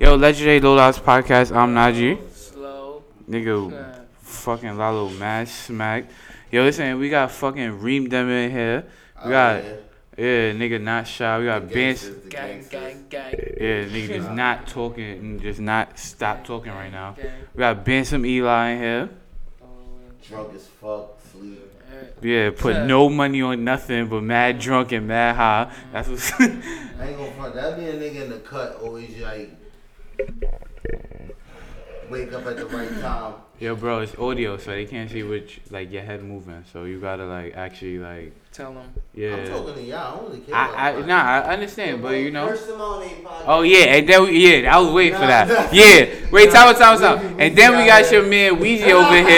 Yo, Legendary Lowlives Podcast. I'm Najee. Slow. Nigga, Uh, fucking Lalo Mash Smack. Yo, listen, we got fucking Reem Dem in here. We Oh, got, yeah. yeah, nigga, not shy. We got Bench. Gangsters, the gang, gangsters. gang, gang. Yeah, nigga, just not talking and just not stop talking right now. Gang. We got Benson Eli in here. Oh, Drunk as fuck, sleep. alright. Yeah, put no money on nothing but mad drunk and mad high. um, That's what's. I ain't gonna front. That be a nigga in the cut always like wake up at the right time. Yo, bro, it's audio, so they can't see which like your head moving. So you gotta like actually like Tell them. I'm yeah. talking to y'all. I don't really care. I, I about nah, mine. I understand, but you know. First Simone ain't podcast. Oh yeah, and then we, yeah, I was waiting for Nah, that. nah. Yeah, wait, time, time, Weezy, time. And Weezy then we out got your man Weezy over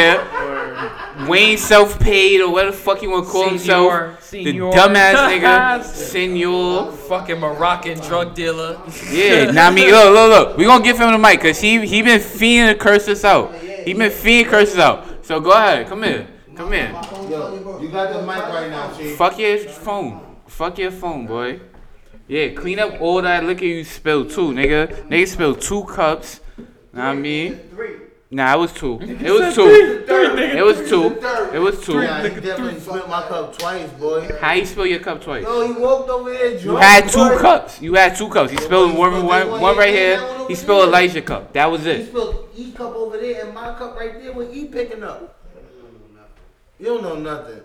here, Wayne self paid or whatever the fuck you wanna call himself, the dumbass nigga, senor. Fucking Moroccan drug dealer. Yeah, nah, I mean, look, look, look. We gonna give him the mic, cause he he been fiending to curse us out. He been fiending to curse us out. So go ahead, come here, come here. Yo, you got the mic right now, Chief. Fuck your phone. Fuck your phone, boy. Yeah, clean up all that liquor you spilled too, nigga. Nigga spilled two cups. Know what I mean? Three. Nah, it was two. It was two. It was two. It was two. Nah, he definitely spilled my cup twice, boy. How you spill your cup twice? Yo, he walked over there drunk. You had two boy. cups. You had two cups. He spilled one, one, one right here. He spilled Elijah cup. That was He it. spilled E cup over there and my cup right there. What E picking up? You don't know nothing.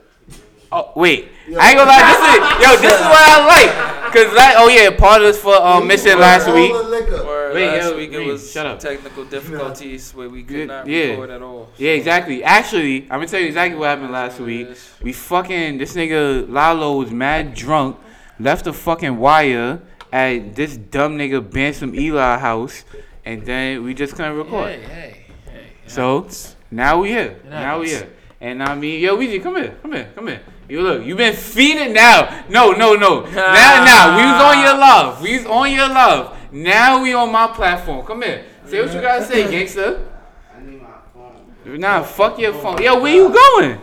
Oh wait, I ain't gonna lie. This is yo. This is what I like. Cause like, oh yeah, part of us for um missing last All week. the liquor. Or Wait, last yo, week it Reem, was shut up. technical difficulties where we Yeah, could not yeah. record at all. Yeah, exactly. Actually, I'm gonna tell you exactly what happened last week. We fucking this nigga Lalo was mad drunk, left the fucking wire at this dumb nigga Bansom Eli house, and then we just couldn't record. Hey, hey, hey. So now we here. Now we happens. here. And I mean, yo, Weezy, come here, come here, come here. You look, you been feeding now. No, no, no. Now, now, we was on your love. We was on your love. Now we on my platform. Come here. Say what you gotta say, gangster. I need my phone. Nah, fuck your phone. Yo, where you going?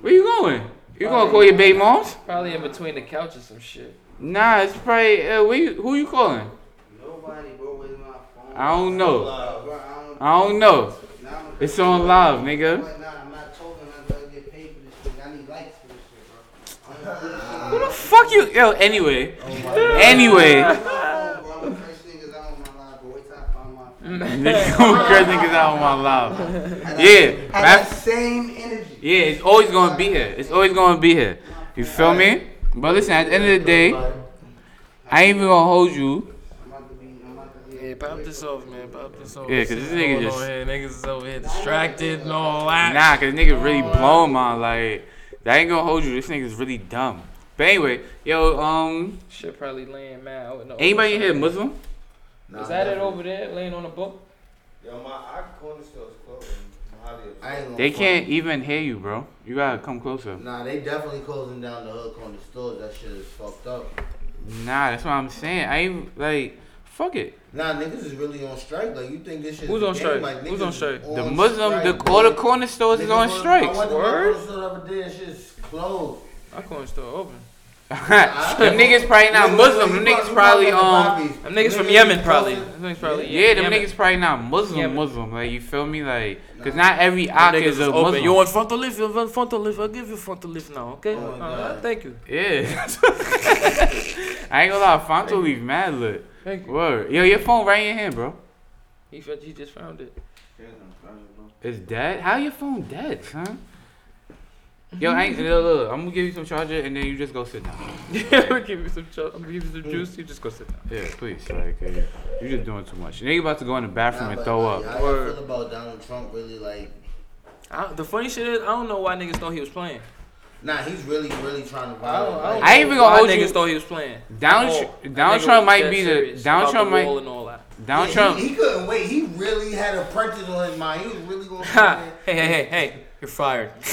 Where you going? You gonna call your baby moms? Probably in between the couch or some shit. Nah, it's probably uh, where you, who you calling? Nobody, bro, with my phone. Uh, I don't know. Now I don't know. I'm It's on live, nigga. not talking. I gotta get paid for this thing. I need likes for this shit, bro. Who the fuck you? Yo, anyway, anyway. Mm. Nigga, gonna curse niggas out on my live. Yeah, That rap- same energy. yeah. It's always gonna be here. It's always gonna be here. You feel me? But listen, at the end of the day, I ain't even gonna hold you. Yeah, pop this off, man. Pop this off. Yeah, 'cause this nigga Going on just- here. Niggas is over here distracted and all that. Nah, cause nigga really blowing my like. That ain't gonna hold you. This nigga's really dumb. But anyway, yo, um, Shit probably laying mad out in the anybody ocean. here Muslim? Is that it over there, laying on the book? Yo, my our corner store is closed. I'm highly upset. I ain't gonna They front. can't even hear you, bro. You gotta come closer. Nah, they definitely closing down the hood corner stores. That shit is fucked up. Nah, that's what I'm saying. I ain't like, fuck it. Nah, niggas is really on strike. Like you think this shit? Who's is on game? strike? Like, Who's niggas on strike? is The on Muslim, strike, the bro. all the corner stores is Niggas on strikes. I went to Word? the corner store the other day. and Shit's closed. My corner store open. them niggas probably not Niggas- Muslim. Them you niggas probably- probably you um. probably got the Them poppies. niggas from Yemen, probably. closing- Them niggas probably. Yeah, them Yemen. niggas probably not Muslim, Yeah, but- Muslim. Like you feel me, like, cause Nah. not every Them ak niggas is is a open. Muslim. You want front to lift? You want front to lift? I'll give you front to lift now, okay? Oh my Uh, God. thank you. yeah. I ain't gonna lie, Fonto leave mad lit. Thank you. Word, yo, your phone right in your hand, bro. He, found- he just found it. It's dead. How your phone dead, son? Yo, I ain't, look, look, I'm gonna give you some charger and then you just go sit down. Yeah, we'll give you some cho- I'm gonna give you some juice. You just go sit down. Yeah, please, like, uh, you just doing too much. Nigga about to go in the bathroom Nah, and but, throw up. like, How you Word. feel about Donald Trump? Really like, I, the funny shit is, I don't know why niggas thought he was playing. nah, he's really, really trying I don't, to I violate. don't Like, I ain't know even gonna why hold niggas you- thought he was playing. Donald Tr- At all. Oh, That Donald nigga Trump was might dead be the- serious Donald about Trump the might- wall and all that. Donald he, Trump. He, he couldn't wait. He really had a practice on his mind. He was really going. Ha! Hey, hey, hey, hey! You're fired. I'm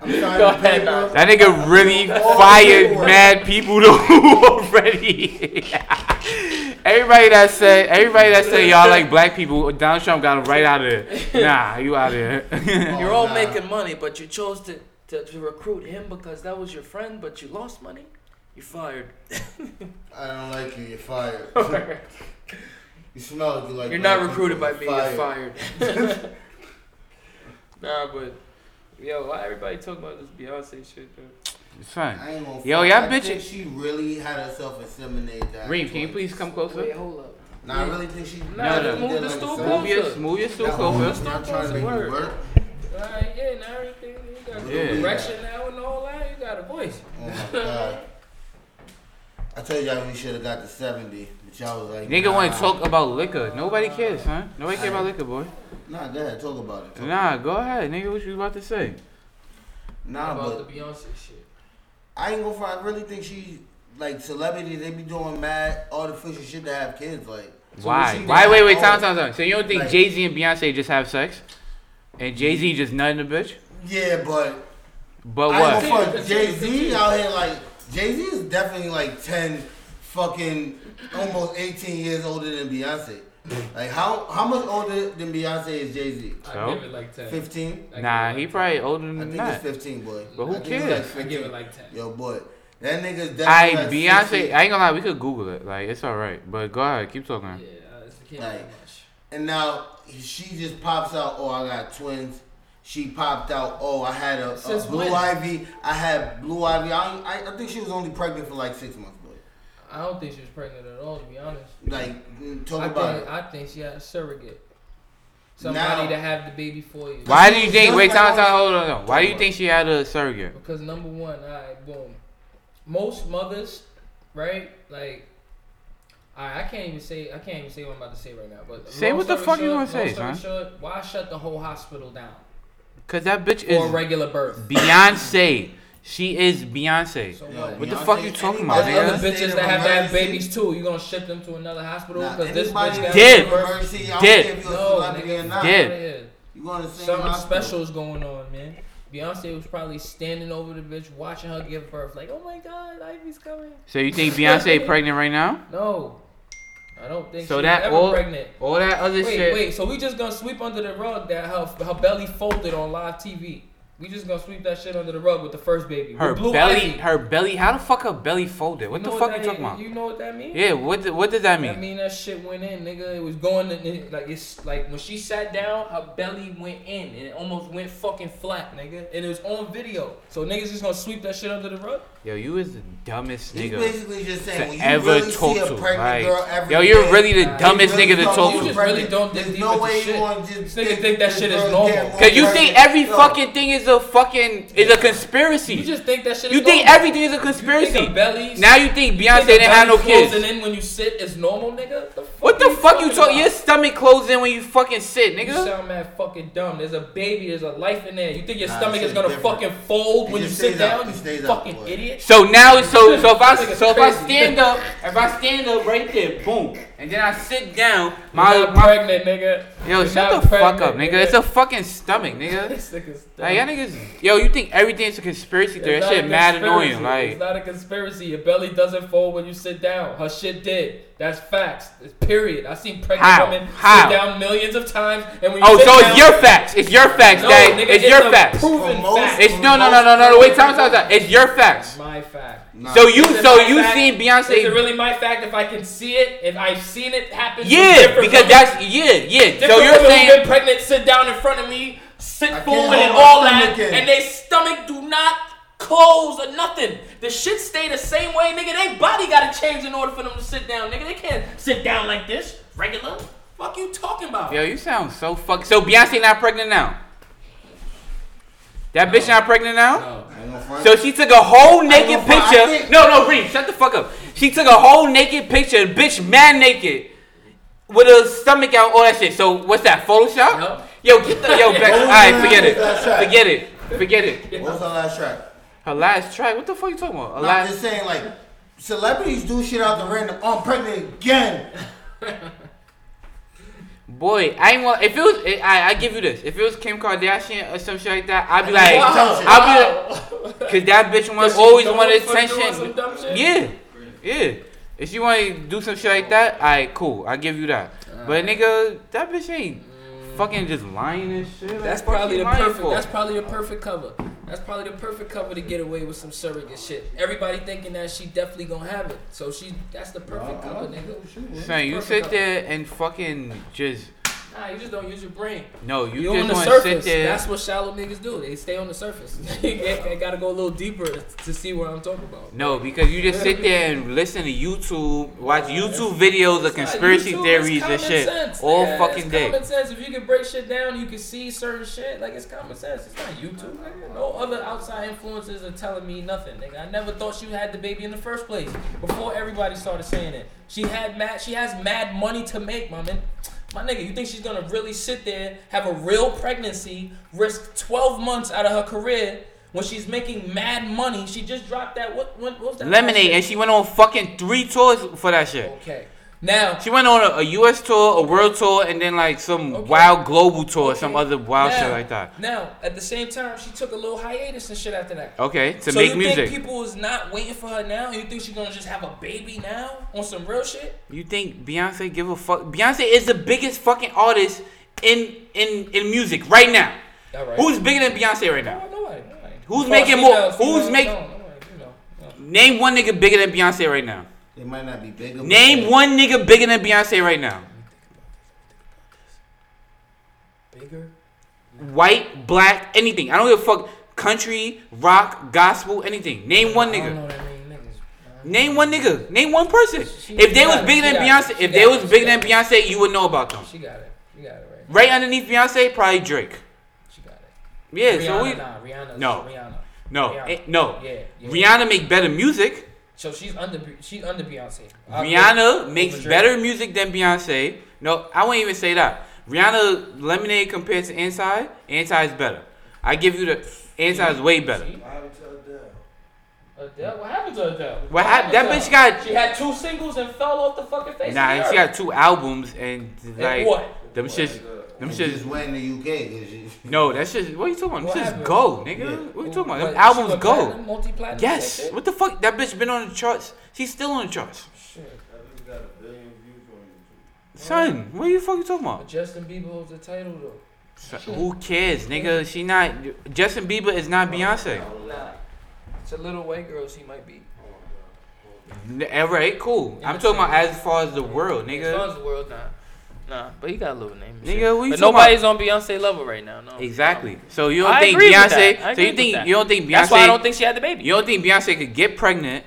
sorry. Go ahead, bro. That nigga really fired mad people though already. everybody that said, everybody that said y'all like black people, Donald Trump got him right out of there. Nah, you out of there. You're all nah. making money, but you chose to, to, to recruit him because that was your friend, but you lost money. You're fired. I don't like you. You're fired. You smell it. You like. You're not black recruited by people, me. You're fired. nah, but yo, why everybody talking about this Beyonce shit, man? It's fine. I ain't gonna. Yo, front. y'all I think bitches- She really had herself inseminated. that Reem, can you twice. please come Wait, closer? hold up. Nah, I really think she. Nah, No, no. just move the Like stool that. Move closer. your, move your stool That closer. woman not Stop trying to using make me words. work. Right, yeah, and everything. You got Yeah. direction now and all that. You got a voice. Oh my god. I told y'all we should have got the 70, but y'all was like. Nigga nah. want to talk about liquor. Nobody cares, huh? Nobody care about liquor, boy. Nah, go ahead, talk about it. Talk- Nah, go ahead, nigga. What you about to say? Nah, about but the Beyonce shit. I ain't gonna front. I really think she, like, celebrity, they be doing mad artificial shit to have kids. Like, so Why? when she Why? did Wait, that wait, time, whole- time, time. So you don't think Like- Jay Z and Beyonce just have sex, and Jay Z just nutting the bitch? Yeah, but But I what? ain't what? gonna front. Jay Z out here like Jay Z is definitely like ten, fucking almost eighteen years older than Beyonce. Like how how much older than Beyonce is Jay Z? So? I give it like ten. Fifteen. I give Nah, it he like probably older I than think that. it's fifteen, boy. But who I think it's, cares? ten. I give it 15. like ten. Yo, boy, that nigga's definitely. I like Beyonce. 60. I ain't gonna lie. We could Google it. Like it's all right. But go ahead. Keep Yeah, talking. it's can't Like- do much. And now she just pops out. Oh, I got twins. She popped out. Oh, I had a, a Since blue when? ivy. I had blue ivy. I, I I think she was only pregnant for like six months, boy. I don't think she was pregnant at all, to be honest. Like mm, talk I about think, it. I think she had a surrogate. Somebody Now- to have the baby for you. Why do you think? Just Wait, like time, I time. was- Hold on. hold on. Why do you think she had a surrogate? Because number one, alright, boom. Most mothers, right? Like, alright, I can't even say I can't even say what I'm about to say right now. But Say long what the story fuck you gonna short- say, long son. story short, Why shut the whole hospital down Cause that bitch for a is regular birth? Beyonce. She is Beyonce. So Yo, what? What the Beyonce, fuck you talking about, There's anybody nigga? other in bitches an that have to have emergency- babies too. You gonna ship them to another hospital Nah, because this anybody bitch in got Dip. an emergency, I Dip. don't care if you're a No, celebrity or nigga, not. Dip. outta here. You going to the same Something hospital. special is going on, man. Beyonce was probably standing over the bitch, watching her give birth, like, "Oh my God, Ivy's coming." So you think Beyonce pregnant right now? No, I don't think So she's that ever all pregnant. all that other Wait, shit. wait. So we just gonna sweep under the rug that her her belly folded on live TV. We just gonna sweep that shit under the rug with the first baby. Her With Blue belly, Ivy. her belly. How the fuck her belly folded? What You the know fuck that you talking is? about? You know what that means? yeah, what th- what does that That mean? mean that shit went in, nigga. It was going to, like it's like when she sat down, her belly went in and it almost went fucking flat, nigga. And it was on video, so niggas just gonna sweep that shit under the rug. Yo, you is the dumbest He's nigga basically just to saying, when you ever really talk see a to. pregnant Like, girl every yo, you're day, really the Nah, dumbest you really nigga to thought talk you You was to. just really pregnant. don't dig There's deep no into way shit. you want to just This nigga think that this shit is girl normal. can't walk Cause you think perfect. every No. fucking thing is a fucking is a conspiracy. You You, just think that shit. is think normal. everything is a You conspiracy. think of bellies. now you think you think Beyonce of didn't have no bellies kids. Closing in when you sit is normal, nigga. The fuck what the you fuck you talk? about? Your stomach closed in when you fucking sit, You nigga. sound mad fucking dumb. There's a baby. There's a life in there. You think your Nah, stomach shit is gonna different. fucking fold It when you just sit stays down? up. It You stays up, fucking boy. idiot. So now, so so if I This nigga's so if I crazy. stand up, if I stand up right there, boom, and then I sit down, You're my not my pregnant, nigga. Yo, You're shut not the fuck up, pregnant, nigga. It's a fucking stomach, nigga. This nigga's dumb. Like, y'all niggas, yo, you think everything's a conspiracy theory? It's That not shit a mad conspiracy. annoying. it's Like, not a conspiracy. Your belly doesn't fold when you sit down. Her shit did. That's facts. It's period. I've seen pregnant How? women How? sit down millions of times, and when you oh, sit so down, it's your facts. It's your facts, no, Dad. nigga, it's, your a facts. Proven Most- fact. It's no, no, no, no, no, no. Wait, time, time, time. It's your facts. my fact. Nah. So you, Is it so my you fact? seen Is it Beyonce? really my fact if I can see it? If I've seen it happen? to Yeah, different because women? that's yeah, yeah. Different So you're women who've saying been pregnant sit down in front of me, sit I can't forward hold and my all that, stomach in. and their stomach do not close or nothing. The shit stay the same way, nigga. Their body gotta change in order for them to sit down, nigga. They can't sit down like this, regular. Fuck you talking about? Yo, you sound so fuck. So Beyonce not pregnant now? That bitch not pregnant now? I ain't gonna front. So she took a whole naked I don't- I picture. think- No, no, Reem, shut the fuck up. She took a whole naked picture, bitch, man naked, with her stomach out, all that shit. So what's that? Photoshop? Nope. Yo, get the yo back. What all was right, her forget it. last track? Forget it. Forget it. What was her last track? Her last track. What the fuck you talking about? Her Nah, I'm last. just saying, like, celebrities do shit out the random. Oh, I'm pregnant again. Boy, I ain't want. If it was, I- I I give you this. If it was Kim Kardashian or some shit like that, I'd be like, Wow. I'd be like, cause that bitch was she always dumb wanted for doing some attention. dumb shit? Yeah, yeah. If she want to do some shit like that, alright, cool. I give you that. Uh, But nigga, that bitch ain't fucking just lying and shit. Like, That's what probably she the lying perfect. for? That's probably the perfect cover. That's That's probably the perfect cover to get away with some surrogate shit. Everybody thinking that she definitely gonna have it, so she that's the perfect cover, nigga. Son, you sit there and fucking just Nah, you just don't use your brain. no, you, You on just the want to sit surface. there. That's what shallow niggas do. They stay on the surface. they, they gotta go a little deeper to see what I'm talking about. no, because you just sit there and listen to YouTube, watch YouTube videos of Nah, conspiracy YouTube is theories common and shit sense, all nigga. fucking it's day. Common sense. If you can break shit down, you can see certain shit. Like it's common sense. It's not YouTube. Nigga. No other outside influences are telling me nothing. Nigga, I never thought she had the baby in the first place. Before everybody started saying it, she had mad. She has mad money to make, my man. My nigga, you think she's gonna really sit there, have a real pregnancy, risk 12 months out of her career when she's making mad money? She just dropped that. What, what, what was that? Lemonade, and she went on fucking three tours for that shit. Okay. Now, She went on a, a U.S. tour, a world tour, and then like some Okay. wild global tour, some Okay. other wild now, shit like that. Now, at the same time, she took a little hiatus and shit after that. Okay, Oh, to so make you music. think people is not waiting for her now? You think she's gonna just have a baby now on some real shit? you think Beyonce give a fuck? Beyonce is the biggest fucking artist in in in music right now. All right. Who's bigger than Beyonce right No, now? nobody, nobody. Who's As far making as more- females, who's females, make- no, nobody, you know, no. Name one nigga bigger than Beyonce right now. It might not be bigger. but- Name one nigga bigger than Beyonce right now. Bigger. White, black, anything. I don't give a fuck. Country, rock, gospel, anything. Name one I don't know nigga. that many niggas. Name one nigga. Name one person. She- If they she was got it. bigger than She got it. Beyonce, She if they got it. was bigger She than got Beyonce, you would know about them. She got it. You got it right. Right underneath Beyonce, probably Drake. She got it. Yeah, Rihanna, so we nah, Rihanna, No. Rihanna. no, Rihanna. eh, no. Yeah, yeah. Rihanna make better music. So she's under, she's under Beyonce. Rihanna makes Drake. better music than Beyonce. No, I won't even say that. Rihanna Lemonade compared to Anti. Anti is better. I give you the Anti is way better. She- I haven't told them. Adele, what happened to Adele? What hap- that happened to bitch got- She had two singles and fell off the fucking face. Nah, of and the she earth. got two albums and like what? them shits. uh, Them She just shits. went in the UK. and she- No, that shit. What are you talking about? What Them shits happened? go, nigga. Yeah. What are you talking about? What, Them she albums went go. platinum, multi-platinum, that Yes. shit? What the fuck? That bitch been on the charts. She's still on the charts. Shit. That bitch got a billion views on YouTube. Son, what are you fucking talking about? But Justin Bieber holds the title though. Son, who cares, nigga? She not. Justin Bieber is not Beyonce. It's a little white girl. She might be. N- All right, cool. Yeah, I'm but talking she- about as far as the world, As far nigga. as the world, nah. Nah, but he got a little name. and Nigga, shit. what you But talking nobody's on Beyonce level right now. No. Exactly. So you don't I think agree with that. Beyonce? I So agree you with think that. you don't think Beyonce? That's why I don't think she had the baby. You don't think Beyonce could get pregnant?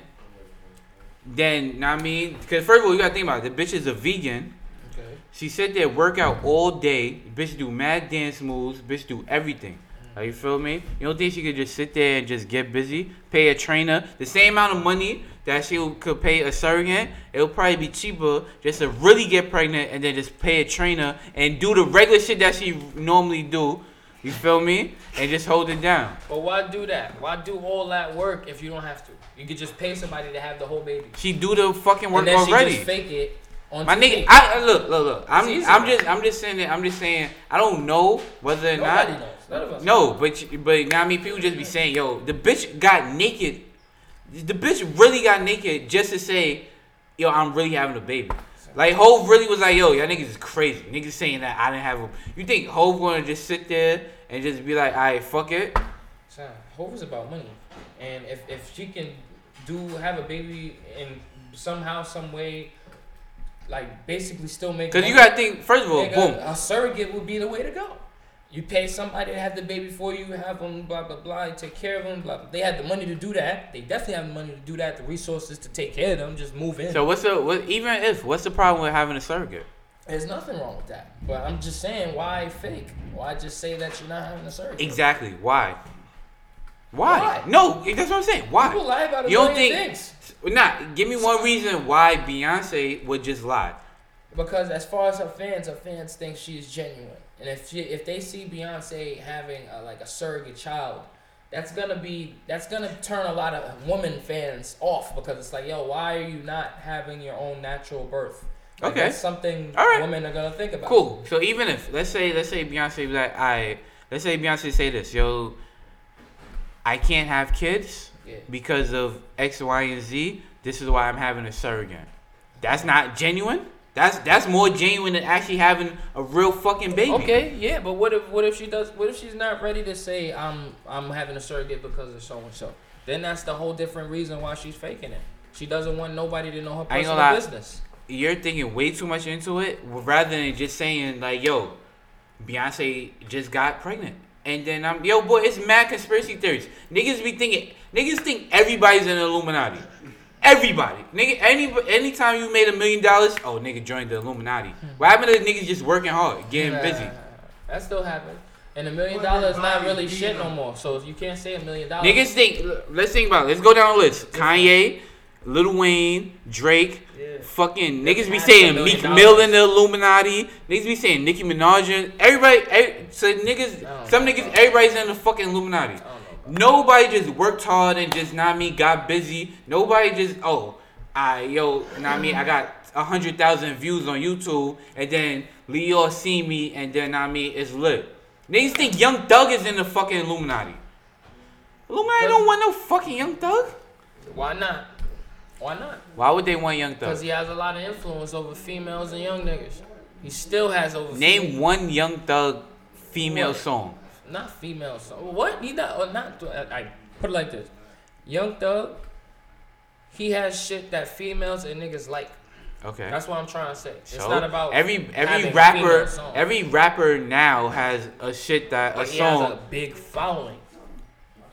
Then, know what I mean, because first of all, you gotta think about it. The bitch is a vegan. Okay. She said they work out all day. Bitch do mad dance moves. Bitch do everything. Like, you feel me? You don't think she could just sit there and just get busy, pay a trainer the same amount of money that she could pay a surrogate? It'll probably be cheaper just to really get pregnant and then just pay a trainer and do the regular shit that she normally do. You feel me? And just hold it down. But why do that? Why do all that work if you don't have to? You could just pay somebody to have the whole baby. She do the fucking work and then already. she just fake it on My TV. nigga, I I- look, look, look. I'm, easy. I'm just, I'm just saying that. I'm just saying. I don't know whether or Nobody not. knows. None of us. No, but you- but now I mean, people just be saying, yo, the bitch got naked. The bitch really got naked just to say, yo, I'm really having a baby. Like Hove really was like, yo, y'all niggas is crazy. Niggas saying that I didn't have a. You think Hove gonna just sit there and just be like, all right, fuck it? Son, hope is about money, and if if she can do have a baby and somehow, some way, like basically still make. Cause you money, gotta think. First of all, nigga, boom. A surrogate would be the way to go. You pay somebody to have the baby for you, have them, blah blah blah, you take care of them, blah. blah. They had the money to do that. They definitely have the money to do that. The resources to take care of them. Just move in. So what's the what? Even if what's the problem with having a surrogate? There's nothing wrong with that. But I'm just saying, why fake? Why just say that you're not having a surrogate? Exactly. Why? Why? Why? No, that's what I'm saying. Why? People lie about a You don't million think- things. Nah, give me one reason why Beyonce would just lie. Because as far as her fans, her fans think she is genuine, and if she, if they see Beyonce having a, like a surrogate child, that's gonna be that's gonna turn a lot of woman fans off because it's like, yo, why are you not having your own natural birth? Like, Okay. that's something All right. women are gonna think about. Cool. So even if let's say let's say Beyonce be like, I let's say Beyonce say this, yo, I can't have kids Yeah. because of X, Y, and Z. This is why I'm having a surrogate. That's not genuine. That's that's more genuine than actually having a real fucking baby. Okay, yeah, but what if what if she does? What if she's not ready to say I'm I'm having a surrogate because of so and so? Then that's the whole different reason why she's faking it. She doesn't want nobody to know her I ain't personal gonna lie. business. You're thinking way too much into it, rather than just saying like, "Yo, Beyonce just got pregnant," and then I'm, "Yo, boy, it's mad conspiracy theories." Niggas be thinking, niggas think everybody's an Illuminati. Everybody, nigga, any anytime you made a million dollars, oh, nigga joined the Illuminati. What happened to niggas just working hard, getting Nah, busy? That still happens. And a million What dollars if not Bobby really Vee shit no don't- more. So if you can't say a million dollars, Niggas think. l- Let's think about. It. Let's go down the list. Kanye, Lil Wayne, Drake. Yeah. Fucking niggas be half a saying million Meek Mill dollars. in the Illuminati. Niggas be saying Nicki Minaj. and- Everybody. Every, so I niggas. don't Some know, niggas. bro. Everybody's in the fucking Illuminati. I don't know. Nobody just worked hard and just not me got busy. Nobody just oh, I yo not me. I got a hundred thousand views on YouTube and then Leo see me and then not me it's lit. Niggas think Young Thug is in the fucking Illuminati. Illuminati don't want no fucking Young Thug. Why not? Why not? Why would they want Young Because Thug? he has a lot of influence over females and young niggas. He still has over. Name one Young Thug female What? song. Not female. So what? He not or not? I, I put it like this: Young Thug, he has shit that females and niggas like. Okay. That's what I'm trying to say. It's So, not about every every having rapper female songs. every rapper now has a shit that a But he has song a big following,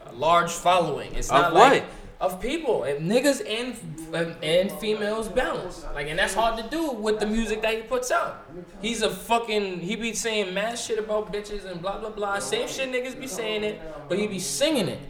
a large following. It's Of not what? like of people and niggas and, and and females balance. Like, and that's hard to do with the music that he puts out. He's a fucking he be saying mad shit about bitches and blah blah blah. Same shit niggas be saying it, but he be singing it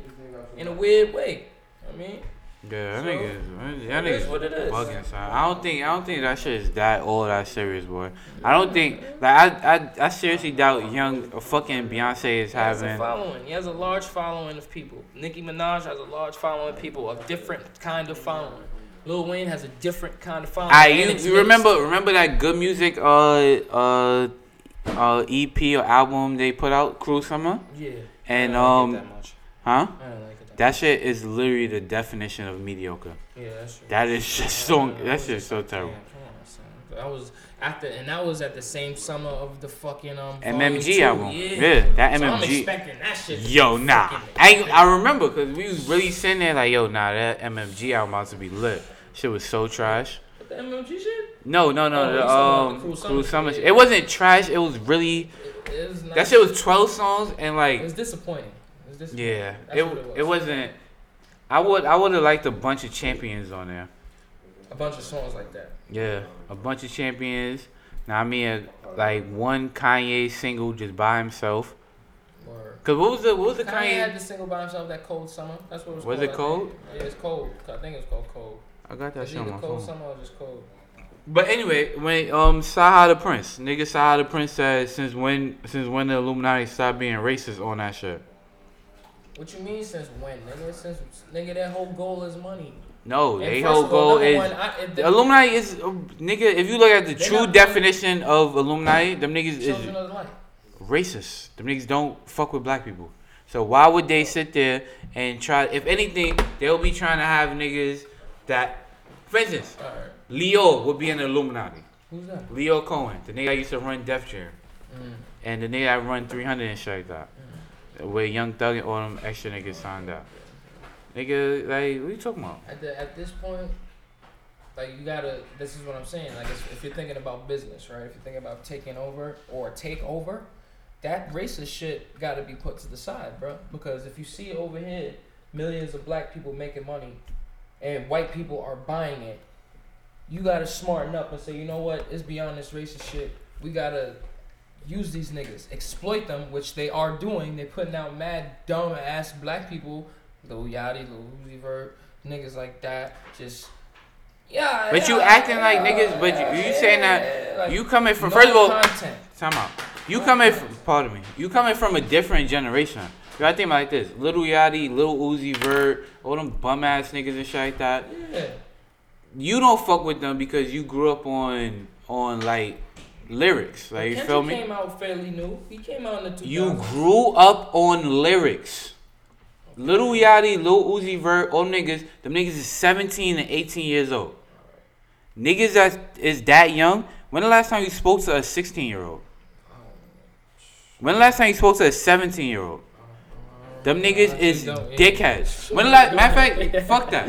in a weird way. I mean, Yeah, that So, nigga's that it is nigga's what it is. bugging. Son. I don't think I don't think that shit is that all that serious, boy. I don't think like I I, I seriously doubt young uh, fucking Beyonce is he has a having. following. He has a large following of people. Nicki Minaj has a large following of people, a different kind of following. Lil Wayne has a different kind of following. I and you, it's you mixed. remember remember that good music uh uh uh EP or album they put out Cruel Summer Yeah. and I don't um like it that much. huh I don't like it that that shit is literally the definition of mediocre. much. Yeah, that's true. That is just so that shit is so Yeah, come terrible. on, son. That was after, and that was at the same summer of the fucking um. Volume MMG two, album, yeah, that So I'm MMG. expecting that shit. to Yo, be nah. fucking- I I remember because we was really sitting there like, yo, nah, that MMG album about to be lit. Shit was so trash. But the MMG shit. No, no, Oh, no. you the, talking about um, the Cruel Cruel Summer Summer. shit. shit. It wasn't trash. It was really It, it was not, that shit was twelve songs and It like, was disappointing. It was disappointing. yeah, That's it what it wasn't. I would I would have liked a bunch of champions on there. a bunch of songs like that. Yeah, a bunch of champions. Now I mean, uh, like one Kanye single just by himself. Or Cause what was the what was the Kanye had Kanye? the single by himself that cold summer. That's what it was. Was called, it I cold? think. Yeah, it's cold. I think it's called cold. I got that It's shit on either my cold phone. summer or just cold. But anyway, when um Saha the Prince, nigga Saha the Prince said since when since when the Illuminati stopped being racist on that shit. What you mean since when, nigga? Since nigga, that whole goal is money. No, And they first whole of all, goal number is one, I- if the the Illuminati is um, nigga. If you look at the They true not- definition of Illuminati, them niggas children is of the light. racist. Them niggas don't fuck with black people. So why would they sit there and try? If anything, they'll be trying to have niggas that, for instance, All right, Leo would be an Illuminati. who's that? Leo Cohen, the nigga that used to run Def Jam. Mm. And the nigga that run 300 and shit like that. Mm-hmm. Where Young Thug and all them extra niggas signed up. Nigga, like, what you talking about? At the, at this point, like you gotta. This is what I'm saying. Like if, if you're thinking about business, right? If you're thinking about taking over or take over, that racist shit gotta be put to the side, bro. Because if you see over here, millions of black people making money, and white people are buying it, you gotta smarten up and say, you know what? It's beyond this racist shit. We gotta. Use these niggas, exploit them, which they are doing. They're putting out mad, dumb ass black people, Lil Yachty, Lil Uzi Vert, niggas like that just yeah. But you yeah, acting like yeah, niggas, but you, you yeah, saying that. yeah, like, you coming no from, first of all, content. time out. You coming from, pardon me. You coming from a different generation. You gotta think about it like this. Little Yachty, Little Uzi Vert, all them bum ass niggas and shit like that. Yeah. You don't fuck with them because you grew up on, on like, lyrics. Like, you Kendrick feel me? came out fairly new. He came out in the 2000s. You grew up on lyrics. Little Yachty, Lil Uzi Vert, all niggas, them niggas is 17 and 18 years old. Niggas that is that young, When the last time you spoke to a 16 year old? When the last time you spoke to a 17 year old? Them niggas Honestly, is don't, yeah. dickheads. When the last matter of fact, fuck that.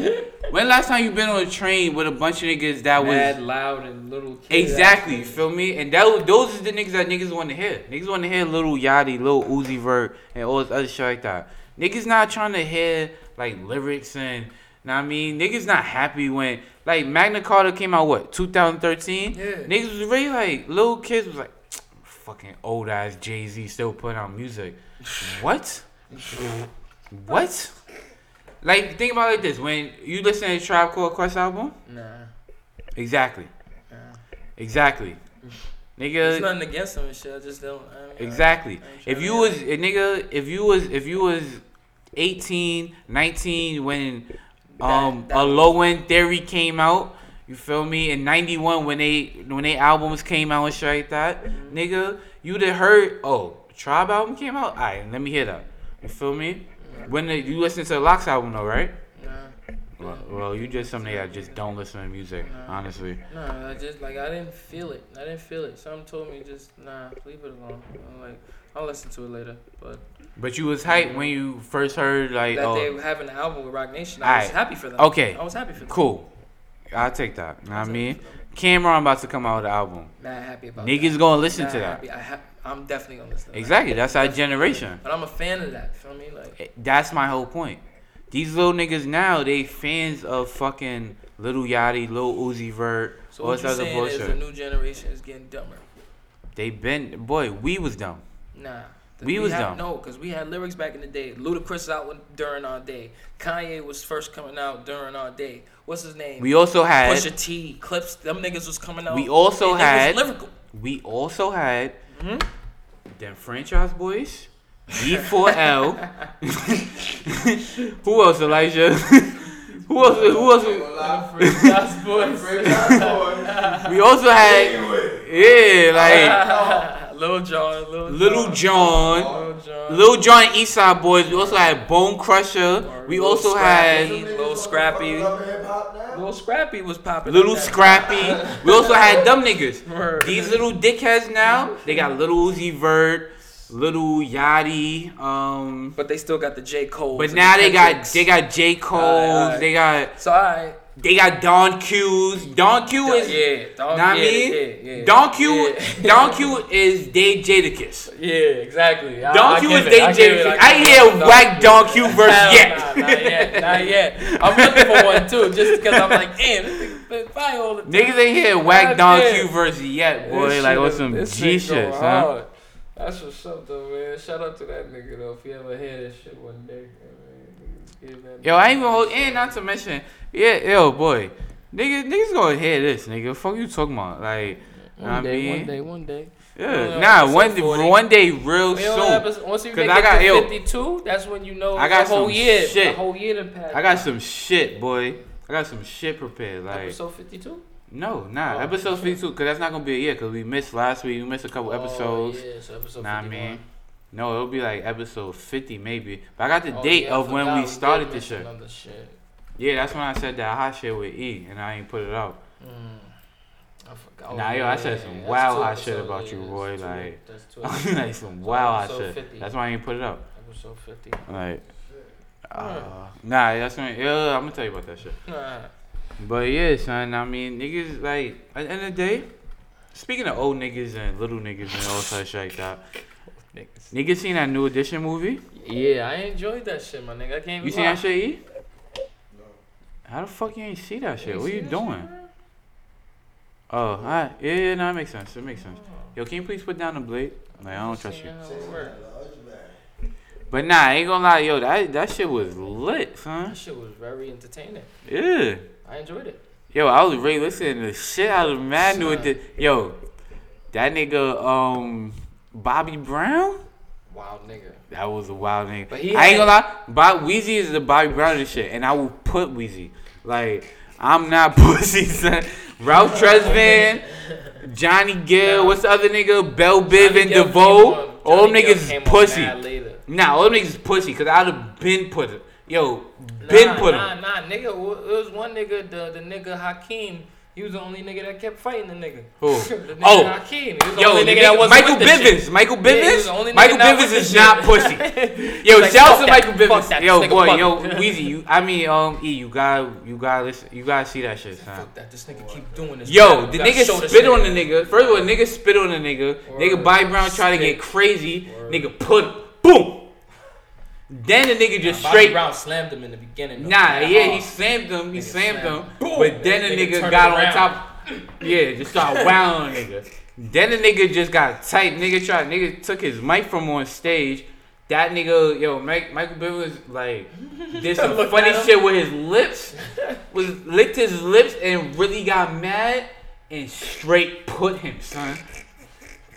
When the last time you been on a train with a bunch of niggas that Mad, was loud, and little. Kid exactly, you feel me? And that was, those is the niggas that niggas want to hear. Niggas want to hear little Yachty, little Uzi Vert, and all this other shit like that. Niggas not trying to hear like lyrics and. Know what I mean, niggas not happy when like Magna Carta came out what 2013. Yeah. Niggas was really like little kids was like, fucking old ass Jay Z still putting out music. What? what? Like think about it like this: when you listen to Tribe Called Quest album, Nah. exactly, exactly, There's nigga, nothing against them and shit. I just don't. I mean, exactly. I ain't If tryna you hear was that. a nigga, if you was if you was 18, 19 when um that a was- low end theory came out, you feel me? In '91 when they when they albums came out and shit like that, Mm-hmm. nigga, you'd have heard oh Tribe album came out. Alright, let me hear that. You feel me? When the, you listen to the Locks album though, right? Nah, Well, well, you just somebody that just don't listen to music, honestly. nah. I just like I didn't feel it. I didn't feel it. Something told me just nah, leave it alone. I'm like I'll listen to it later. But But you was hyped when you first heard like that they oh were having an album with Rock Nation, I was Aight. happy for them. Okay. I was happy for them. cool, I'll take that. You know what I mean, Cameron about to come out with an album. Mad happy about that. Niggas gonna listen Mad to that. happy. I ha- I'm definitely gonna listen. To that. Exactly. That's our generation. But I'm a fan of that. Feel me? Like That's my whole point. These little niggas now, they fans of fucking Little Yachty, Lil Uzi Vert, so all this what you're other saying is the bullshit. new generation is getting dumber. they been boy, we was dumb. Nah. 'Cause We was had, dumb. No, because we had lyrics back in the day. Ludacris was out with- during our day. Kanye was first coming out during our day. What's his name? We also had Pusha T, Clips, them niggas was coming out. We also and they had- was lyrical. we also had Mm-hmm. them franchise boys. G4L. who else, Elijah? who else? Who else? We also had, yeah, like Lil Jon, Lil Little John. Lil Jon, Lil John Eastside Boys. We also had Bone Crusher. We Lil also Scrappy. had Little Scrappy. Lil Scrappy was popping. Little at that Scrappy. We also had dumb niggas. time. These little dickheads now, they got Little Uzi Vert, Little Yachty, um, But they still got the J Cole. but now they got they got J Cole's, they got So I. they got Don Q's. Don Q is, yeah, yeah. Don, know what I yeah, mean? Yeah, yeah, Don Q, Yeah, Don Q is Dave Jadakiss. yeah exactly. I- I Don Q give is it, Dave give it, Jadakiss. give I it. hear Don- whack Don Q verse Hell yet. Nah, not yet. Not yet. I'm looking for one too, just because I'm like, damn, this nigga been fire all the time. Niggas ain't hear God whack Don damn. Q verse yet, This boy. Like shit on is- some this G shit shit, go son. hard. That's what's up though, man. Shout out to that nigga though. If he ever hear this shit one day. I mean, give that Yo, I ain't nigga- gonna hold in. Not to mention, yeah, yo, boy, niggas, niggas gonna hear this, nigga. Fuck you talking about, like, One I day, mean, one day, one day. yeah, Uh, nah, episode one day, 40. one day, real We only soon. episode, once you 'Cause make I it got- to yo. 52, that's when you know I got the whole some year. The shit. whole year done passed. I got some shit, boy. I got some shit prepared, like, episode 52. no, nah, Oh, episode fifty-two, cause that's not gonna be a year, cause we missed last week, we missed a couple episodes. Oh, yeah, so episode Nah, 51. man. No, it'll be like episode fifty maybe. But I got the Oh, date yeah, I of when forgot. we did started this mention shit. other shit. Yeah, that's when I said that hot shit with E, and I ain't put it out. Mm. I forgot. Nah, Oh, yo, I said some that's wild two hot shit episodes, about you, yeah, boy, That's like- two, that's two episodes. like some wild hot episode shit. 50. That's why I ain't put it up. episode 50. Like, uh, Alright. nah, that's when. Yeah, I'm gonna tell you about that shit. Nah. But yeah, son. I mean, niggas like at the end of the day. Speaking of old niggas and little niggas and all such like that, niggas seen that new edition movie? Yeah, I enjoyed that shit, my nigga. I can't even You seen lie. that shit? E? How the fuck you ain't see that shit? ain't What see you that doing? Oh, alright. Yeah, yeah, no, it makes sense. It makes sense. Yo, can you please put down the blade? Like, I don't trust you. Seeing how Oh, it work. But nah, I ain't gonna lie, yo, that that shit was lit, son. That shit was very entertaining. Yeah. I enjoyed it. Yo, I was really listening to the shit out of Mad New Edition. Yo, that nigga, um, Bobby Brown? Wild nigga. That was a wild nigga. But he I ain't had- gonna lie, Bob Weezy is the Bobby Brown and shit, and I will put Weezy. Like, I'm not pussy, son. Ralph Tresvant, Johnny Gill, what's the other nigga? Bell Biv Johnny and Gill came DeVoe. on- All them Johnny Gill niggas came is on pussy. mad later. Nah, all them niggas is pussy, cause I'd have been put it. Yo, been nah, put him. Nah, nah, nigga. It was one nigga, the, the nigga Hakeem. He was the only nigga that kept fighting the nigga. Who? the nigga Oh. Hakeem. He was the Yo, only nigga nigga, that wasn't Michael with the shit. Bivins. Michael Yeah, he was Bivins. the only nigga Michael not Bivins with the is shit. not pussy. Yo, He's like, shout out "Fuck to that. Michael Fuck Bivins. that. Yo, This nigga boy, fuck yo, it. Weezy, you. I mean, um, E, you gotta, you gotta listen, you gotta see that shit, son. Fuck that. This nigga keep doing this. Yo, We the gotta nigga show this spit on the nigga. First of all, nigga spit on the nigga. Nigga, Word. Bobby Brown try to Spit. get crazy. Nigga, put boom. Then the nigga just Bobby straight. Brown slammed him in the beginning. though. Nah, That yeah, hard. he slammed him. He Nigga slammed slammed him. him. Boom. But then the Nigga nigga turned got on around. top. Yeah, just started wowing nigga. Then the nigga just got tight. Nigga tried. Nigga took his mic from on stage. That nigga, yo, Mike, Michael Bivins was like did some Looked funny at him. shit with his lips. Was licked his lips and really got mad and straight put him, son.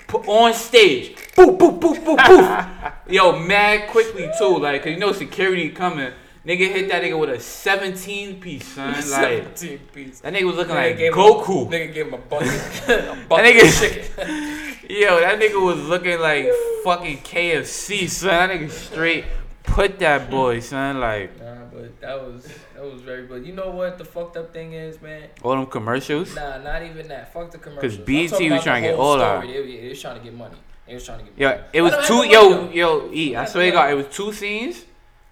Put on stage. Boop boop boop boop boop. Yo, mad quickly too, like 'cause you know security coming. Nigga hit that nigga with a 17 piece, son. Like 17 piece. that nigga was looking Nigga like gave him- Goku. Nigga gave him a bucket. a That bucket of chicken. nigga, yo, that nigga was looking like fucking KFC, son. That nigga straight put that boy, son. Like Nah, but that was that was very. But you know what the fucked up thing is, man. all them commercials. Nah, not even that. Fuck the commercials. I'm BET talking was about trying to the get whole all our- story. They, they was trying to get money. They was trying to get. Yo, money. it was I two. don't have no Yo, yo, money, E. I That's swear to what- God, it was two scenes.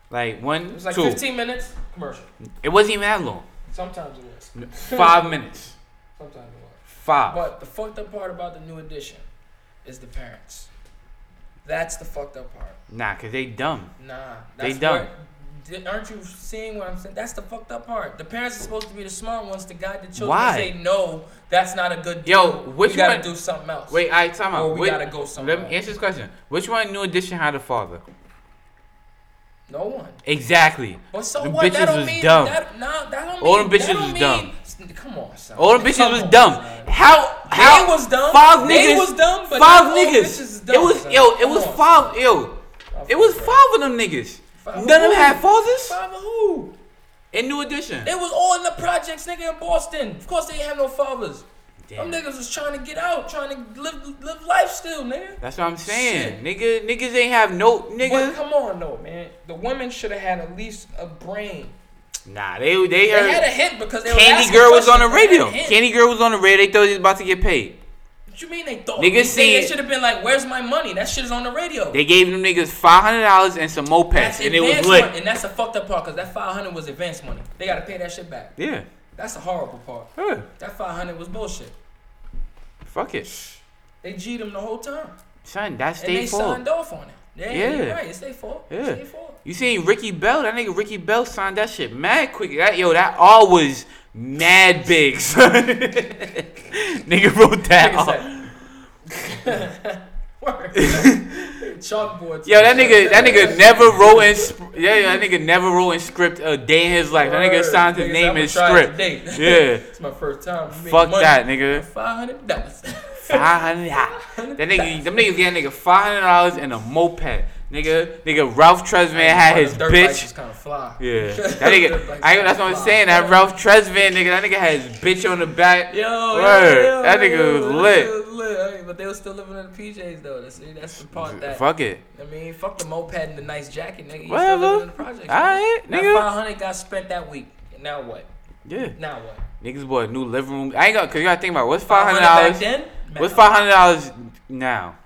Like one, It was like two. 15 minutes commercial. It wasn't even that long. Sometimes it was. Five minutes. Sometimes it was. Five. But the fucked up part about the new edition is the parents. That's the fucked up part. Nah, cause they dumb. Nah, They that's dumb. what- di- aren't you seeing what I'm saying? That's the fucked up part. The parents are supposed to be the smart ones to guide the children. Why? And say no, that's not a good. Yo, deal. which we gotta one- do something else. Wait, I time out. Or Oh, we Wait, gotta go somewhere. Let me answer this question. Which one New Edition had a father? no one. Exactly. But so Them what? bitches that don't was mean dumb. That, nah, that don't mean. All them bitches that don't was mean, dumb. Come on, son. All the bitches Come was on, dumb. son. How? How? They was dumb. Five They niggas. was dumb, but five not all niggas. bitches is it dumb, was son. yo. It Come was on, five. Yo. Five It was niggas. five of them niggas. Five None of them who? had fathers. Five of who? In New Edition. They was all in the projects, nigga, in Boston. Of course, they didn't have no fathers. Damn. Them niggas was trying to get out, trying to live live life still, nigga. That's what I'm saying. Nigga, niggas ain't have no But nigga. come on, though, man. The women should have had at least a brain. Nah, they they They had a heard hint because they were Candy asking Girl was on the questions. They had a radio. hint. Candy Girl was on the radio. They thought he was about to get paid. What you mean they thought? Niggas Niggas see. seen- They should have been like, "Where's my money?" That shit is on the radio. They gave them niggas five hundred dollars and some mopeds, and it was advance lit. money, and that's the fucked up part because that five hundred was advance money. They gotta pay that shit back. Yeah. That's the horrible part. Huh. That five hundred was bullshit. Fuck it, They G'd him the whole time, son. That's and they their fault. signed off on it. Yeah, Yeah. you're right. It's their fault. Yeah. It's their fault. You seen Ricky Bell? That nigga Ricky Bell signed that shit mad quick. That yo, that all was mad big. son. nigga wrote that. Nigga off. said- Word. Chalkboard. Yo, that nigga, that nigga never wrote in. sp- Yeah, yeah, that nigga never wrote in script a day in his life. That nigga signed his Nigga said, name "I'ma in try it script. today." Yeah. it's my first time. Fuck that, nigga. Five hundred dollars. Five hundred. That nigga, them niggas getting nigga five hundred dollars and a moped. Nigga, nigga Ralph Tresvant had his Dirt bikes bitch. was kind of fly. Yeah, that Dirt nigga. bikes I, was that's what I'm fly. saying. That Ralph Tresvant nigga. That nigga had his bitch on the back. Yo, yo, Word. yo, That nigga yo, was that lit. nigga was lit. I mean, but they were still living in the PJs though. That's that's the part that Fuck it. I mean, fuck the moped and the nice jacket, nigga. You Whatever. still living in the project. Alright, nigga. That five hundred got spent that week. Now what? Yeah, Now what? niggas bought a new living room. I ain't got cause you gotta think about what's five hundred 500 dollars. back then. What's Man, five hundred dollars now?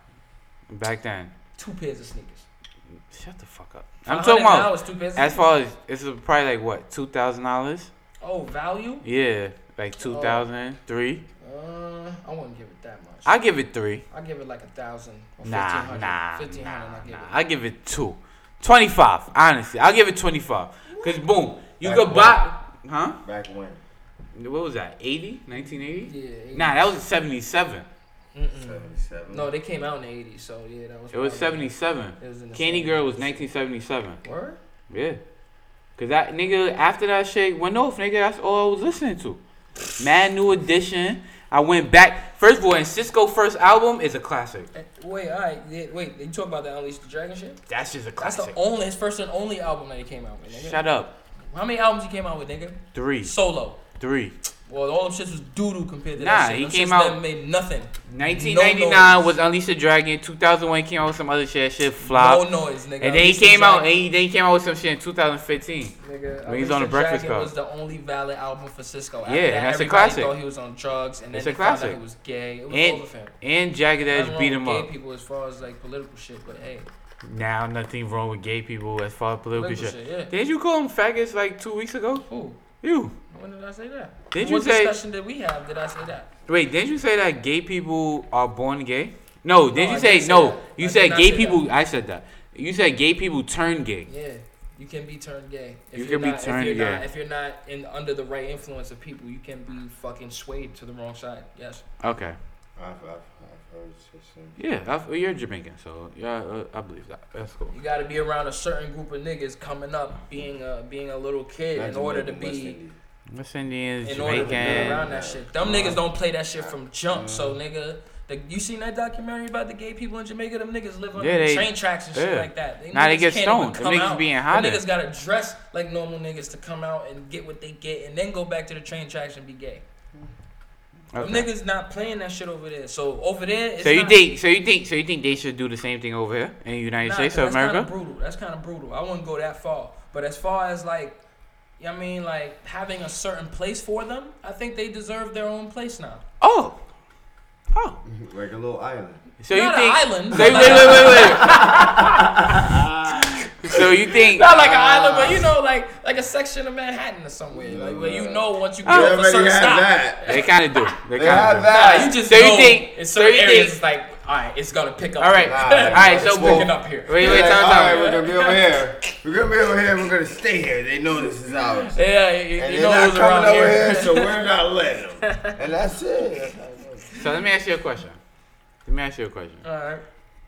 Back then. Two pairs of sneakers. Shut the fuck up. I'm talking $500 about was two pairs. of as sneakers. far as it's probably like what two thousand dollars. oh value. Yeah, like two thousand three. Uh, I wouldn't give it that much. I give it three. I give it like a thousand or fifteen Nah, hundred. nah, Fifteen hundred. I give nah. it. I give it two. 25, honestly. I'll give it 25. Because, boom, you Back could when? buy. Huh? Back when? What was that? 80? 1980? Yeah. Nah, that was 77. Mm-mm. 77. No, they came out in the eighties, so yeah, that was. It was probably- 77. It was in the Candy 70s. Girl was 1977. Word? Yeah. Cause that nigga after that shit went off, nigga, that's all I was listening to. Mad New Edition. I went back. First of all, and Cisco first album is a classic. Eh, Wait, all right. Yeah, wait, you talk about the Unleash the Dragon shit? That's just a That's classic. the only his first and only album that he came out with. Nigga. Shut up. How many albums he came out with, nigga? Three. Solo. Three. Well, all them shits was doo doo compared to Nah, that shit. he Them came shits out- done made nothing. 1999 noise. was Unleash the Dragon. 2001 came out with some other shit. Shit flop. No noise, nigga. and then he Alicia came out. And Jackson- he, then he came out with some shit in 2015. Nigga, When he's on Alicia the Breakfast Jackson Club. was the only valid album for Cisco. After Yeah, that, and that's a everybody classic. Thought he was on drugs, and then It's they a found out classic. he was gay. It was And- over for him. And Jagged Nothing Edge wrong beat with him gay up. people as far as like political shit, but hey, Now nothing wrong with gay people as far as political political shit. shit, yeah. Did you call them faggots like two weeks ago? Who? You. When did I say that? Did what you say- discussion did we have? Did I say that? Wait, didn't you say that gay people are born gay? No, didn't No, you I say didn't say no? that. You I did said not gay say people. I said that. You said gay people turn gay. Yeah, you can be turned gay. You you're can be not- turned if you're gay. Not, if you're not in under the right influence of people, you can be fucking swayed to the wrong side. Yes. Okay. I've, I've, I've heard shit since. Yeah, I, you're Jamaican, so yeah, uh, I believe that. That's cool. You gotta be around a certain group of niggas coming up, being a being a little kid in order to be West Indians, in order to be Jamaican. around that shit. Them niggas don't play that shit from jump. So nigga, the, you seen that documentary about the gay people in Jamaica? Them niggas live on Yeah, they- train tracks and shit yeah. like that. Nah, they niggas get can't even stoned. Them come niggas out. being Them hotter. Niggas gotta dress like normal niggas to come out and get what they get, and then go back to the train tracks and be gay. Them Okay. niggas not playing that shit over there. So over there, it's So you not- think? So you think? So you think they should do the same thing over here in the United Nah, States 'cause of that's America? Kinda brutal. That's kind of brutal. I wouldn't go that far. But as far as like, you know what I mean, like having a certain place for them, I think they deserve their own place now. Oh, oh. like a little island. So not you an think? island. So you, wait, wait, wait, wait. so you think? Not like an island, but you know, like like a section of Manhattan or somewhere, like where you know once Oh, you get They off a already certain have stop. that. They kind of do. They They kind have of do. that. Nah, you just So you know think- in so you certain areas, think- it's like, all right, it's gonna pick up. All right, here. all right. So it's picking up here. Wait, They're wait, like, time, "All right, time. we're gonna be over here. We're gonna be over here. We're gonna stay here. They know this is ours. Yeah, you, you And know they're it not was around coming over here. here, so we're not letting them. And that's it. So let me ask you a question. Let me ask you a question. All right.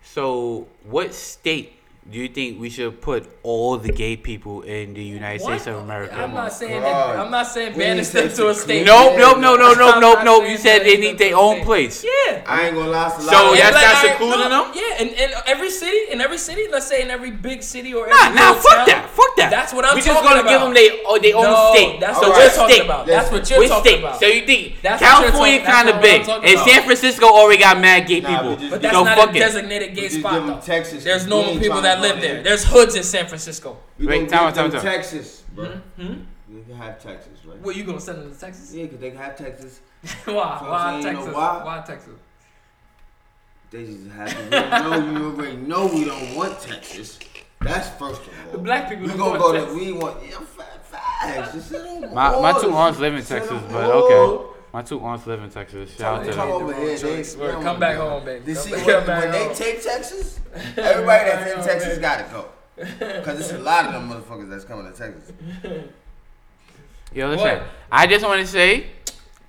So, what state do you think we should put all the gay people in the United States of What? America? I'm not saying God. that. I'm not saying We banish need them to to a take state. Nope, nope, no, no, I'm no, nope, not nope. You saying said that they either need their to own state. place. Yeah. I ain't gonna lie. it's a So lot. that's And, not all right, secluding no, them? Yeah, in, in every city, in every city, let's say in every big city or Nah, every nah, little fuck town, that, fuck that. That's what I'm We talking just about. gonna give them their oh, their own No, state. that's so what what you're talking state? about. That's what you're What talking state? about. So you think That's what you're California talking- that's kind of not what I'm big, talking and about. San Francisco already got mad gay Nah, people. but just- But that's so not fuck a it. designated We gay just spot give them though. Texas. There's We normal ain't people trying that to live go there. there. There's hoods in San Francisco. We Wait, gonna time out, give them time out. Texas, bro. We can have Texas, right? Hmm? What you gonna send them to Texas? Yeah, 'cause they can have Texas. why? So Why you know Texas? why? Why Texas? They just have to. We know you already know we don't want Texas. That's first of all. The black people We don't gonna want go to. Texas. We want yeah, fat facts. Just sit on My, my two all. aunts live in Sit Texas, on but all. okay. My two aunts live in Texas. Shout out Come, to come them. over here. They, Word, come back home, baby. They Come see back- when, come back E when they home. take Texas, everybody that's Come in back Texas home, gotta go. Cause it's a lot of them motherfuckers that's coming to Texas. Yo, listen. What? I just want to say,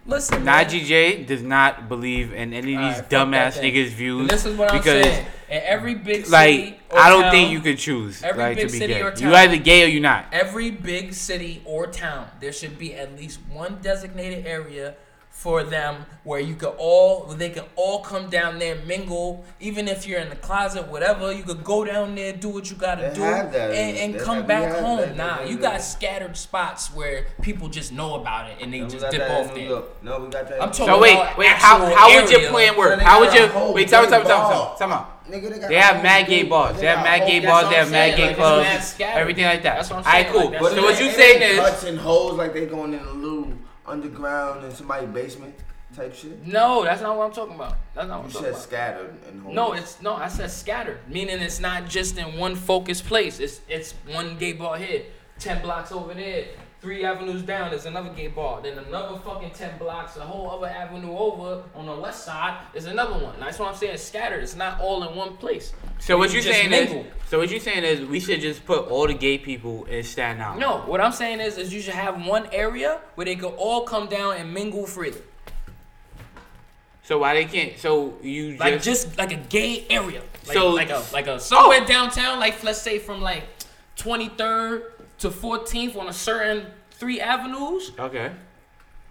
Listen, man. Najee J does not believe in any of All these right, fuck dumbass that then. niggas' views. And this is what I'm because, saying. In every big city, Like, or I don't town, think you can choose every like, to big be city gay. or You town- either gay or you not. Every big city or town, there should be at least one designated area for them where you could all where they can all come down there mingle even if you're in the closet whatever you could go down there do what you gotta They do have that. and, and They come have- we back have home that. nah They- you they- got scattered spots where people just know about it and they And we just got dip that in off New there York. No, we got that. I'm in- talking So wait, about wait, how actual how would your area. plan work? And they How would got your a whole wait? Time out, time out, gay time out, time bar. out, time out. Nigga, got They a have whole mad gay dude. bars. They have got mad a gay whole- bars. what They I'm have mad saying, gay like, it's mad clubs. scattered. Everything like that. That's what I'm All right, saying, like, cool. that's So what what I'm you saying saying is huts and holes like they going in a little underground in somebody's basement type shit. no that's not what i'm talking about that's not what You i'm talking said about scattered and holes. No, it's no. I said scattered, meaning it's not just in one focused place. It's it's one gay bar here, ten blocks over there, three avenues down. There's another gay bar. Then another fucking ten blocks, a whole other avenue over on the west side is another one. That's what I'm saying. Scattered. It's not all in one place. so what You you just saying mingle. is so what you saying is we should just put all the gay people in Staten Island. No, what I'm saying is, is you should have one area where they could all come down and mingle freely, So why they can't? So you like just just like a gay area, like, So- Oh. like a like a somewhere downtown, like let's say from like 23rd to 14th on a certain three avenues. okay.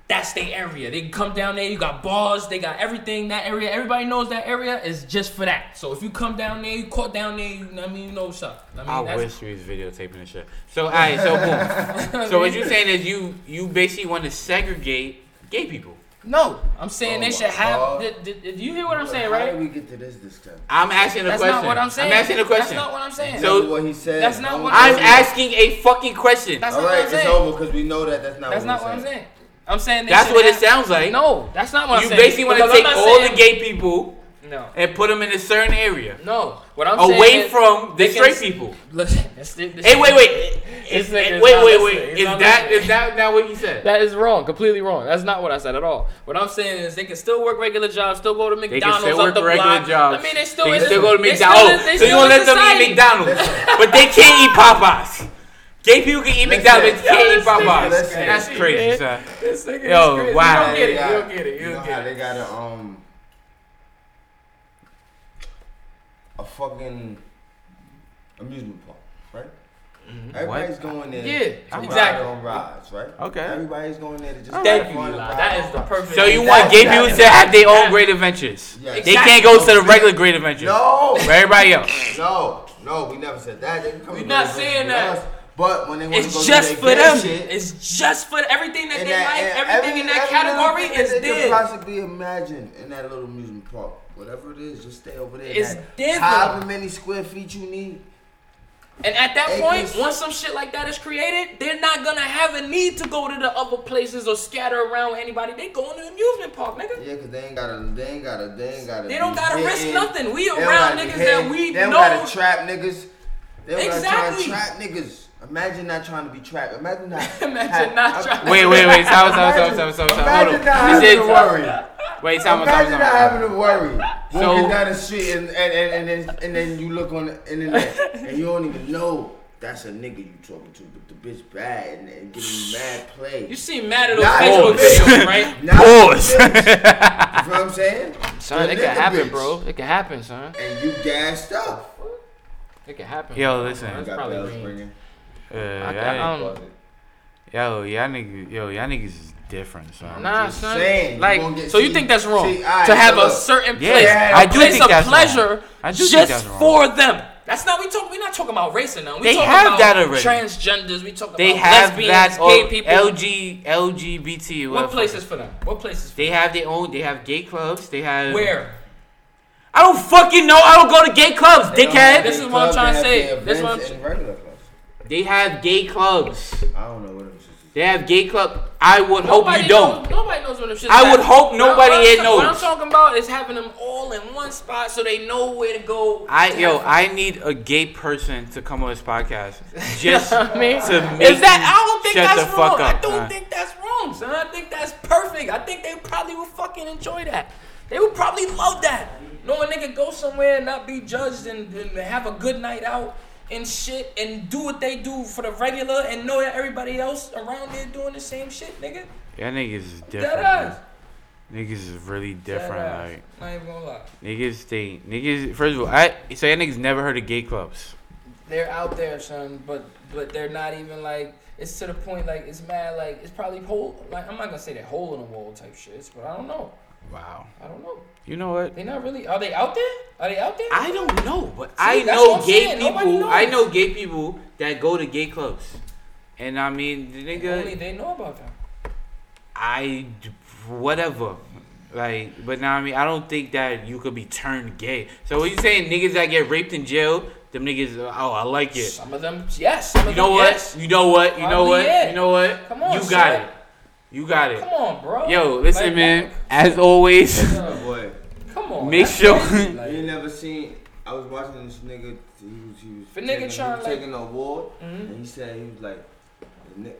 that's their area. They can come down there. You got bars. They got everything. That area. Everybody knows that area is just for that. So if you come down there, you caught down there. You, I mean, you know what's up. I mean, I wish that's, we was videotaping this shit. So alright, so boom. so what you saying is you you basically want to segregate gay people. No, I'm saying Oh they my should have. God. Did, did, did you hear what I'm saying, How did right? we get to this discussion? I'm asking a That's question. not what I'm saying. I'm asking a That's question. not what I'm saying. So- Remember what he said. That's not what I'm I'm asking a fucking question. that's All not right, what I'm it's saying. over because we know that that's not. That's what not he what I'm said. saying. I'm saying they That's should what it have- sounds like. No, that's not what you I'm saying. basically want to Because take I'm not all saying- the gay people No, and put them in a certain area, no. What I'm saying away is- from the they can- straight people. Listen, this- this- Hey, wait, wait, This Is- nigga wait, is wait, not wait, listening. wait. He's Is not that listening. is that not what you said? That is wrong, completely wrong. That's not what I said at all. What I'm saying is they can still work regular jobs, still go to They McDonald's can still up work the regular block. jobs. I mean, they still they in can this- still go to they still in- McDonald's. they so you still gonna in let them eat society. McDonald's, but they can't eat Popeyes. Gay people can eat McDonald's, but they can't eat Popeyes. Listen. That's crazy, son. This nigga is Yo, crazy. wow. You don't get it. You got- don't get it. You you know don't how get it. they got a um a fucking amusement park, right? Everybody's going there. Yeah, to ride exactly. on rides, right? Okay. Everybody's going there to just Thank have you, fun and Eli. ride That on is the rides. perfect. So you want gay people to have their own great adventures? Yeah. They can't go to the regular great adventures. No, For everybody else. no, no. We never said that. They can come We to not Vegas saying with that. us, But when they want to go It's just do for their them. shit, It's just for everything that and they that- like. and Everything in that every- every little category thing that is they could there. possibly imagine in that little amusement park. Whatever it is, just stay over there. It's That there, though. However many square feet you need. And at that It point, is- once some shit like that is created, they're not gonna have a need to go to the other places or scatter around with anybody. They go to the amusement park, nigga. Yeah, cause they ain't gotta, they ain't gotta, they ain't gotta. They don't be gotta risk hitting. nothing. We They don't around gotta be niggas that hitting. we They don't know. gotta trap niggas. They don't Exactly. gotta try and trap niggas. Imagine not trying to be trapped. Imagine not. Imagine not trying- Wait, wait, wait. Stop, stop, stop, stop, stop, stop. Hold Imagine not on. He having to said, worry. wait, stop, stop, Imagine not stop. having to worry. Walking So- down the street and and, and, and, then, and then you look on the internet and you don't even know that's a nigga you talking to, but the bitch bad and, and giving you mad play. You see mad at those Nah, Facebook pause. videos, right? Now Pause. you bitch. you feel what I'm saying? Son, The it could nigga happen, bitch. bro. It could happen, son. And you gassed up. It could happen. Yo, listen. got probably bells green. ringing. Uh, I, I- um, I don't. yo, y'all niggas, yo, y'all niggas is different, son. Nah, Just son. saying, you gonna like, get- So you see- think that's wrong see, alright, to have so a look. certain Yeah, place, yeah, I a do place think of that's wrong. pleasure I do think that's just wrong. for them. That's not we talk. We're not talking about race now. We They talking have about that already. Transgenders. We talking They about have lesbians, that gay or people. LG, LGBT. what whatever. places for them? What places? For They have their own. They have gay clubs. They have. them? Where? I don't fucking know. I don't go to gay clubs, They don't have dickhead. This gay is what I'm clubs, trying to they have say. gay This is what events I'm and regular clubs. They have gay clubs. I don't know what it is. They have gay club. I would hope you Nobody don't. Knows, nobody knows what them shit. I would hope nobody what here I'm- What I'm knows. talking about is having them all in one spot so they know where to go. I yo, I. I need a gay person to come on this podcast just You know what I mean? to make Is that I don't think shut that's the wrong. fuck up. I don't nah. think that's wrong, son. I think that's perfect. I think they probably would fucking enjoy that. They would probably love that. Knowing they could go somewhere and not be judged and, and have a good night out and shit and do what they do for the regular and know that everybody else around there doing the same shit, nigga. Yeah, niggas is different. Dead ass. man. Niggas is really Dead different. ass. Like Not even gonna lie. niggas, they niggas. First of all, I so y'all niggas never heard of gay clubs. They're out there, son, but but they're not even like it's to the point like it's mad like it's probably hole like I'm not gonna say that hole in the wall type shits, but I don't know. Wow. I don't know. You know what? They not really. Are they out there? Are they out there? I don't know, but I that's what know I'm gay saying. Nobody people. I knows. know gay people that go to gay clubs, and I mean, the nigga. Only they know about them. I d- whatever. Like, but now I mean, I don't think that you could be turned gay. So what you saying, niggas that get raped in jail, them niggas? Oh, I like it. Some of them, yes. Some of You know them, what? Yes. You know what? You know Probably what? it. You know what? Come on, you got son. it. You got it. Come on, bro. Yo, listen, Like, man. As always, that- yo, Boy, come on. make that's sure- crazy, you ain't like- never seen. I was watching this nigga. He was he was The nigga taking, he trying, was like- taking an award, Mhm. and he said he was like, the ni-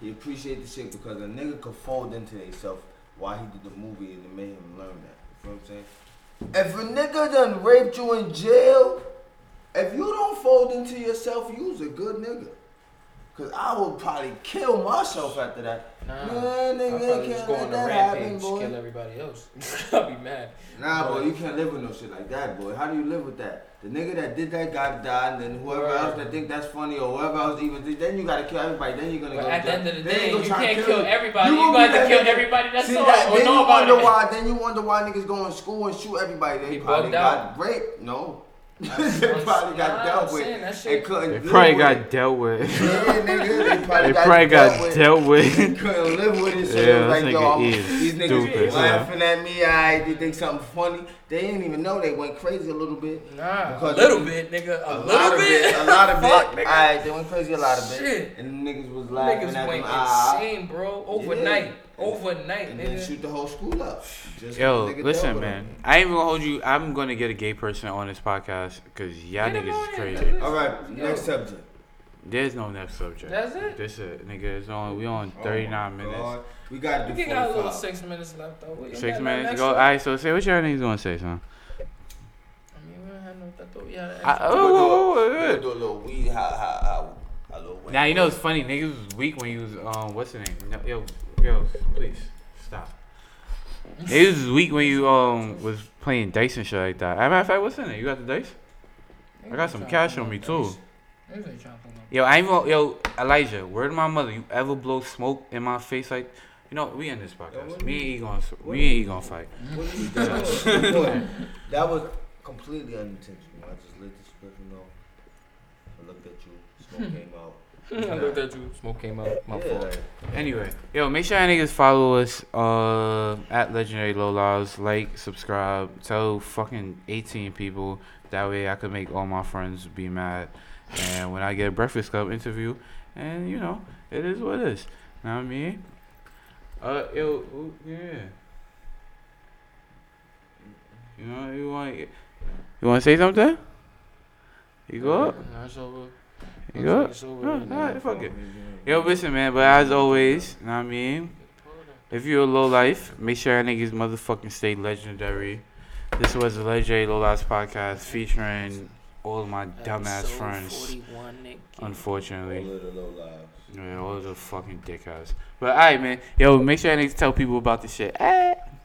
he appreciate the shit because a nigga could fold into himself while he did the movie and it made him learn that. You feel what I'm saying? If a nigga done raped you in jail, if you don't fold into yourself, you's a good nigga. Cause I would probably kill myself after that. Nah, Man, Uh-huh. I'll nigga, probably can't just go let on a that happen, rampage, boy. kill everybody else. I'll be mad. Nah, boy, you can't live with no shit like that, boy. How do you live with that? The nigga that did that got to die, and then whoever Right. else that think that's funny or whoever else even think, then you gotta kill everybody. Then you're gonna But go. at the to jail. end of the Then day, they gonna you try to can't kill kill you. everybody. You gonna got be to that kill nigga. everybody that's See all, that? or Then know you about wonder it. why. Then you wonder why niggas go in school and shoot everybody. They He probably bugged out. got raped. No, they probably got Nah, dealt I'm with saying that and shit. couldn't. They live probably with it. got dealt with. Yeah, nigga, they probably They got, probably dealt got with. dealt with. couldn't live with it. So Yeah, it was this like, nigga yo, I'm, is these niggas stupid, son. laughing at me. I they think something funny. They didn't even know they went crazy a little bit. Nah, a Because- little bit, nigga. A, A lot little of bit. bit, a lot of Fuck, bit. nigga. Alright, they went crazy a lot of bit. Shit. And niggas was laughing Niggas at them. went ah, insane, bro. Overnight, overnight, and then nigga. shoot the whole school up. Just Yo, nigga listen, dealt with man. them. I ain't even gonna hold you. I'm gonna get a gay person on this podcast because y'all Get him niggas on is here, crazy. nigga. All right, next subject. Oh There's no next subject. That's it? This it, nigga. It's on. We on 39 Oh my minutes. God. We got to We do can got a little 45. six minutes left though. We- Six we got minutes next ago. All one. right, so say what y'all niggas gonna say, son. I mean, we don't have no. I thought we had an I, extra- oh, oh, oh, We'll oh, do a little weed, ha ha ha, a little oh. wet. Now you know it's funny. Niggas was weak when you was um. What's the name? No, Yo, yo, please stop. Niggas was weak when you um was playing dice and shit like that. As a matter of fact, what's in it? You got the dice? I got some cash on me too. Niggas ain't trying to play no Yo, I ain't gonna, yo, Elijah, word of my mother, you ever blow smoke in my face like, you know, we in this podcast. Me and E gonna, we and E gonna fight. What are you doing? that was completely unintentional. I just let this person know. I looked at you. Smoke came out. I looked at you. Smoke came out. My yeah, fault. like, Anyway, yo, make sure y'all niggas follow us, uh, at Legendary Low Lives, like, subscribe, tell fucking 18 people. That way I could make all my friends be mad. And when I get a Breakfast Club interview, and you know, it is what it is. Know what I mean? Uh, yo, ooh, yeah. You know, you want you want to say something? You go up, Nah, it's over. you go up. It's over. No, Nigga, alright, fuck it. yeah. Yo, listen, man. But as always, know what I mean, if you're a low life, make sure y'all niggas motherfucking stay legendary. This was the Legendary Low Lives podcast featuring all of my dumbass Episode friends. 41, nigga. Unfortunately. All of the low lives. Yeah, all the fucking dickheads. But alright, man. Yo, make sure y'all niggas tell people about this shit. Ah.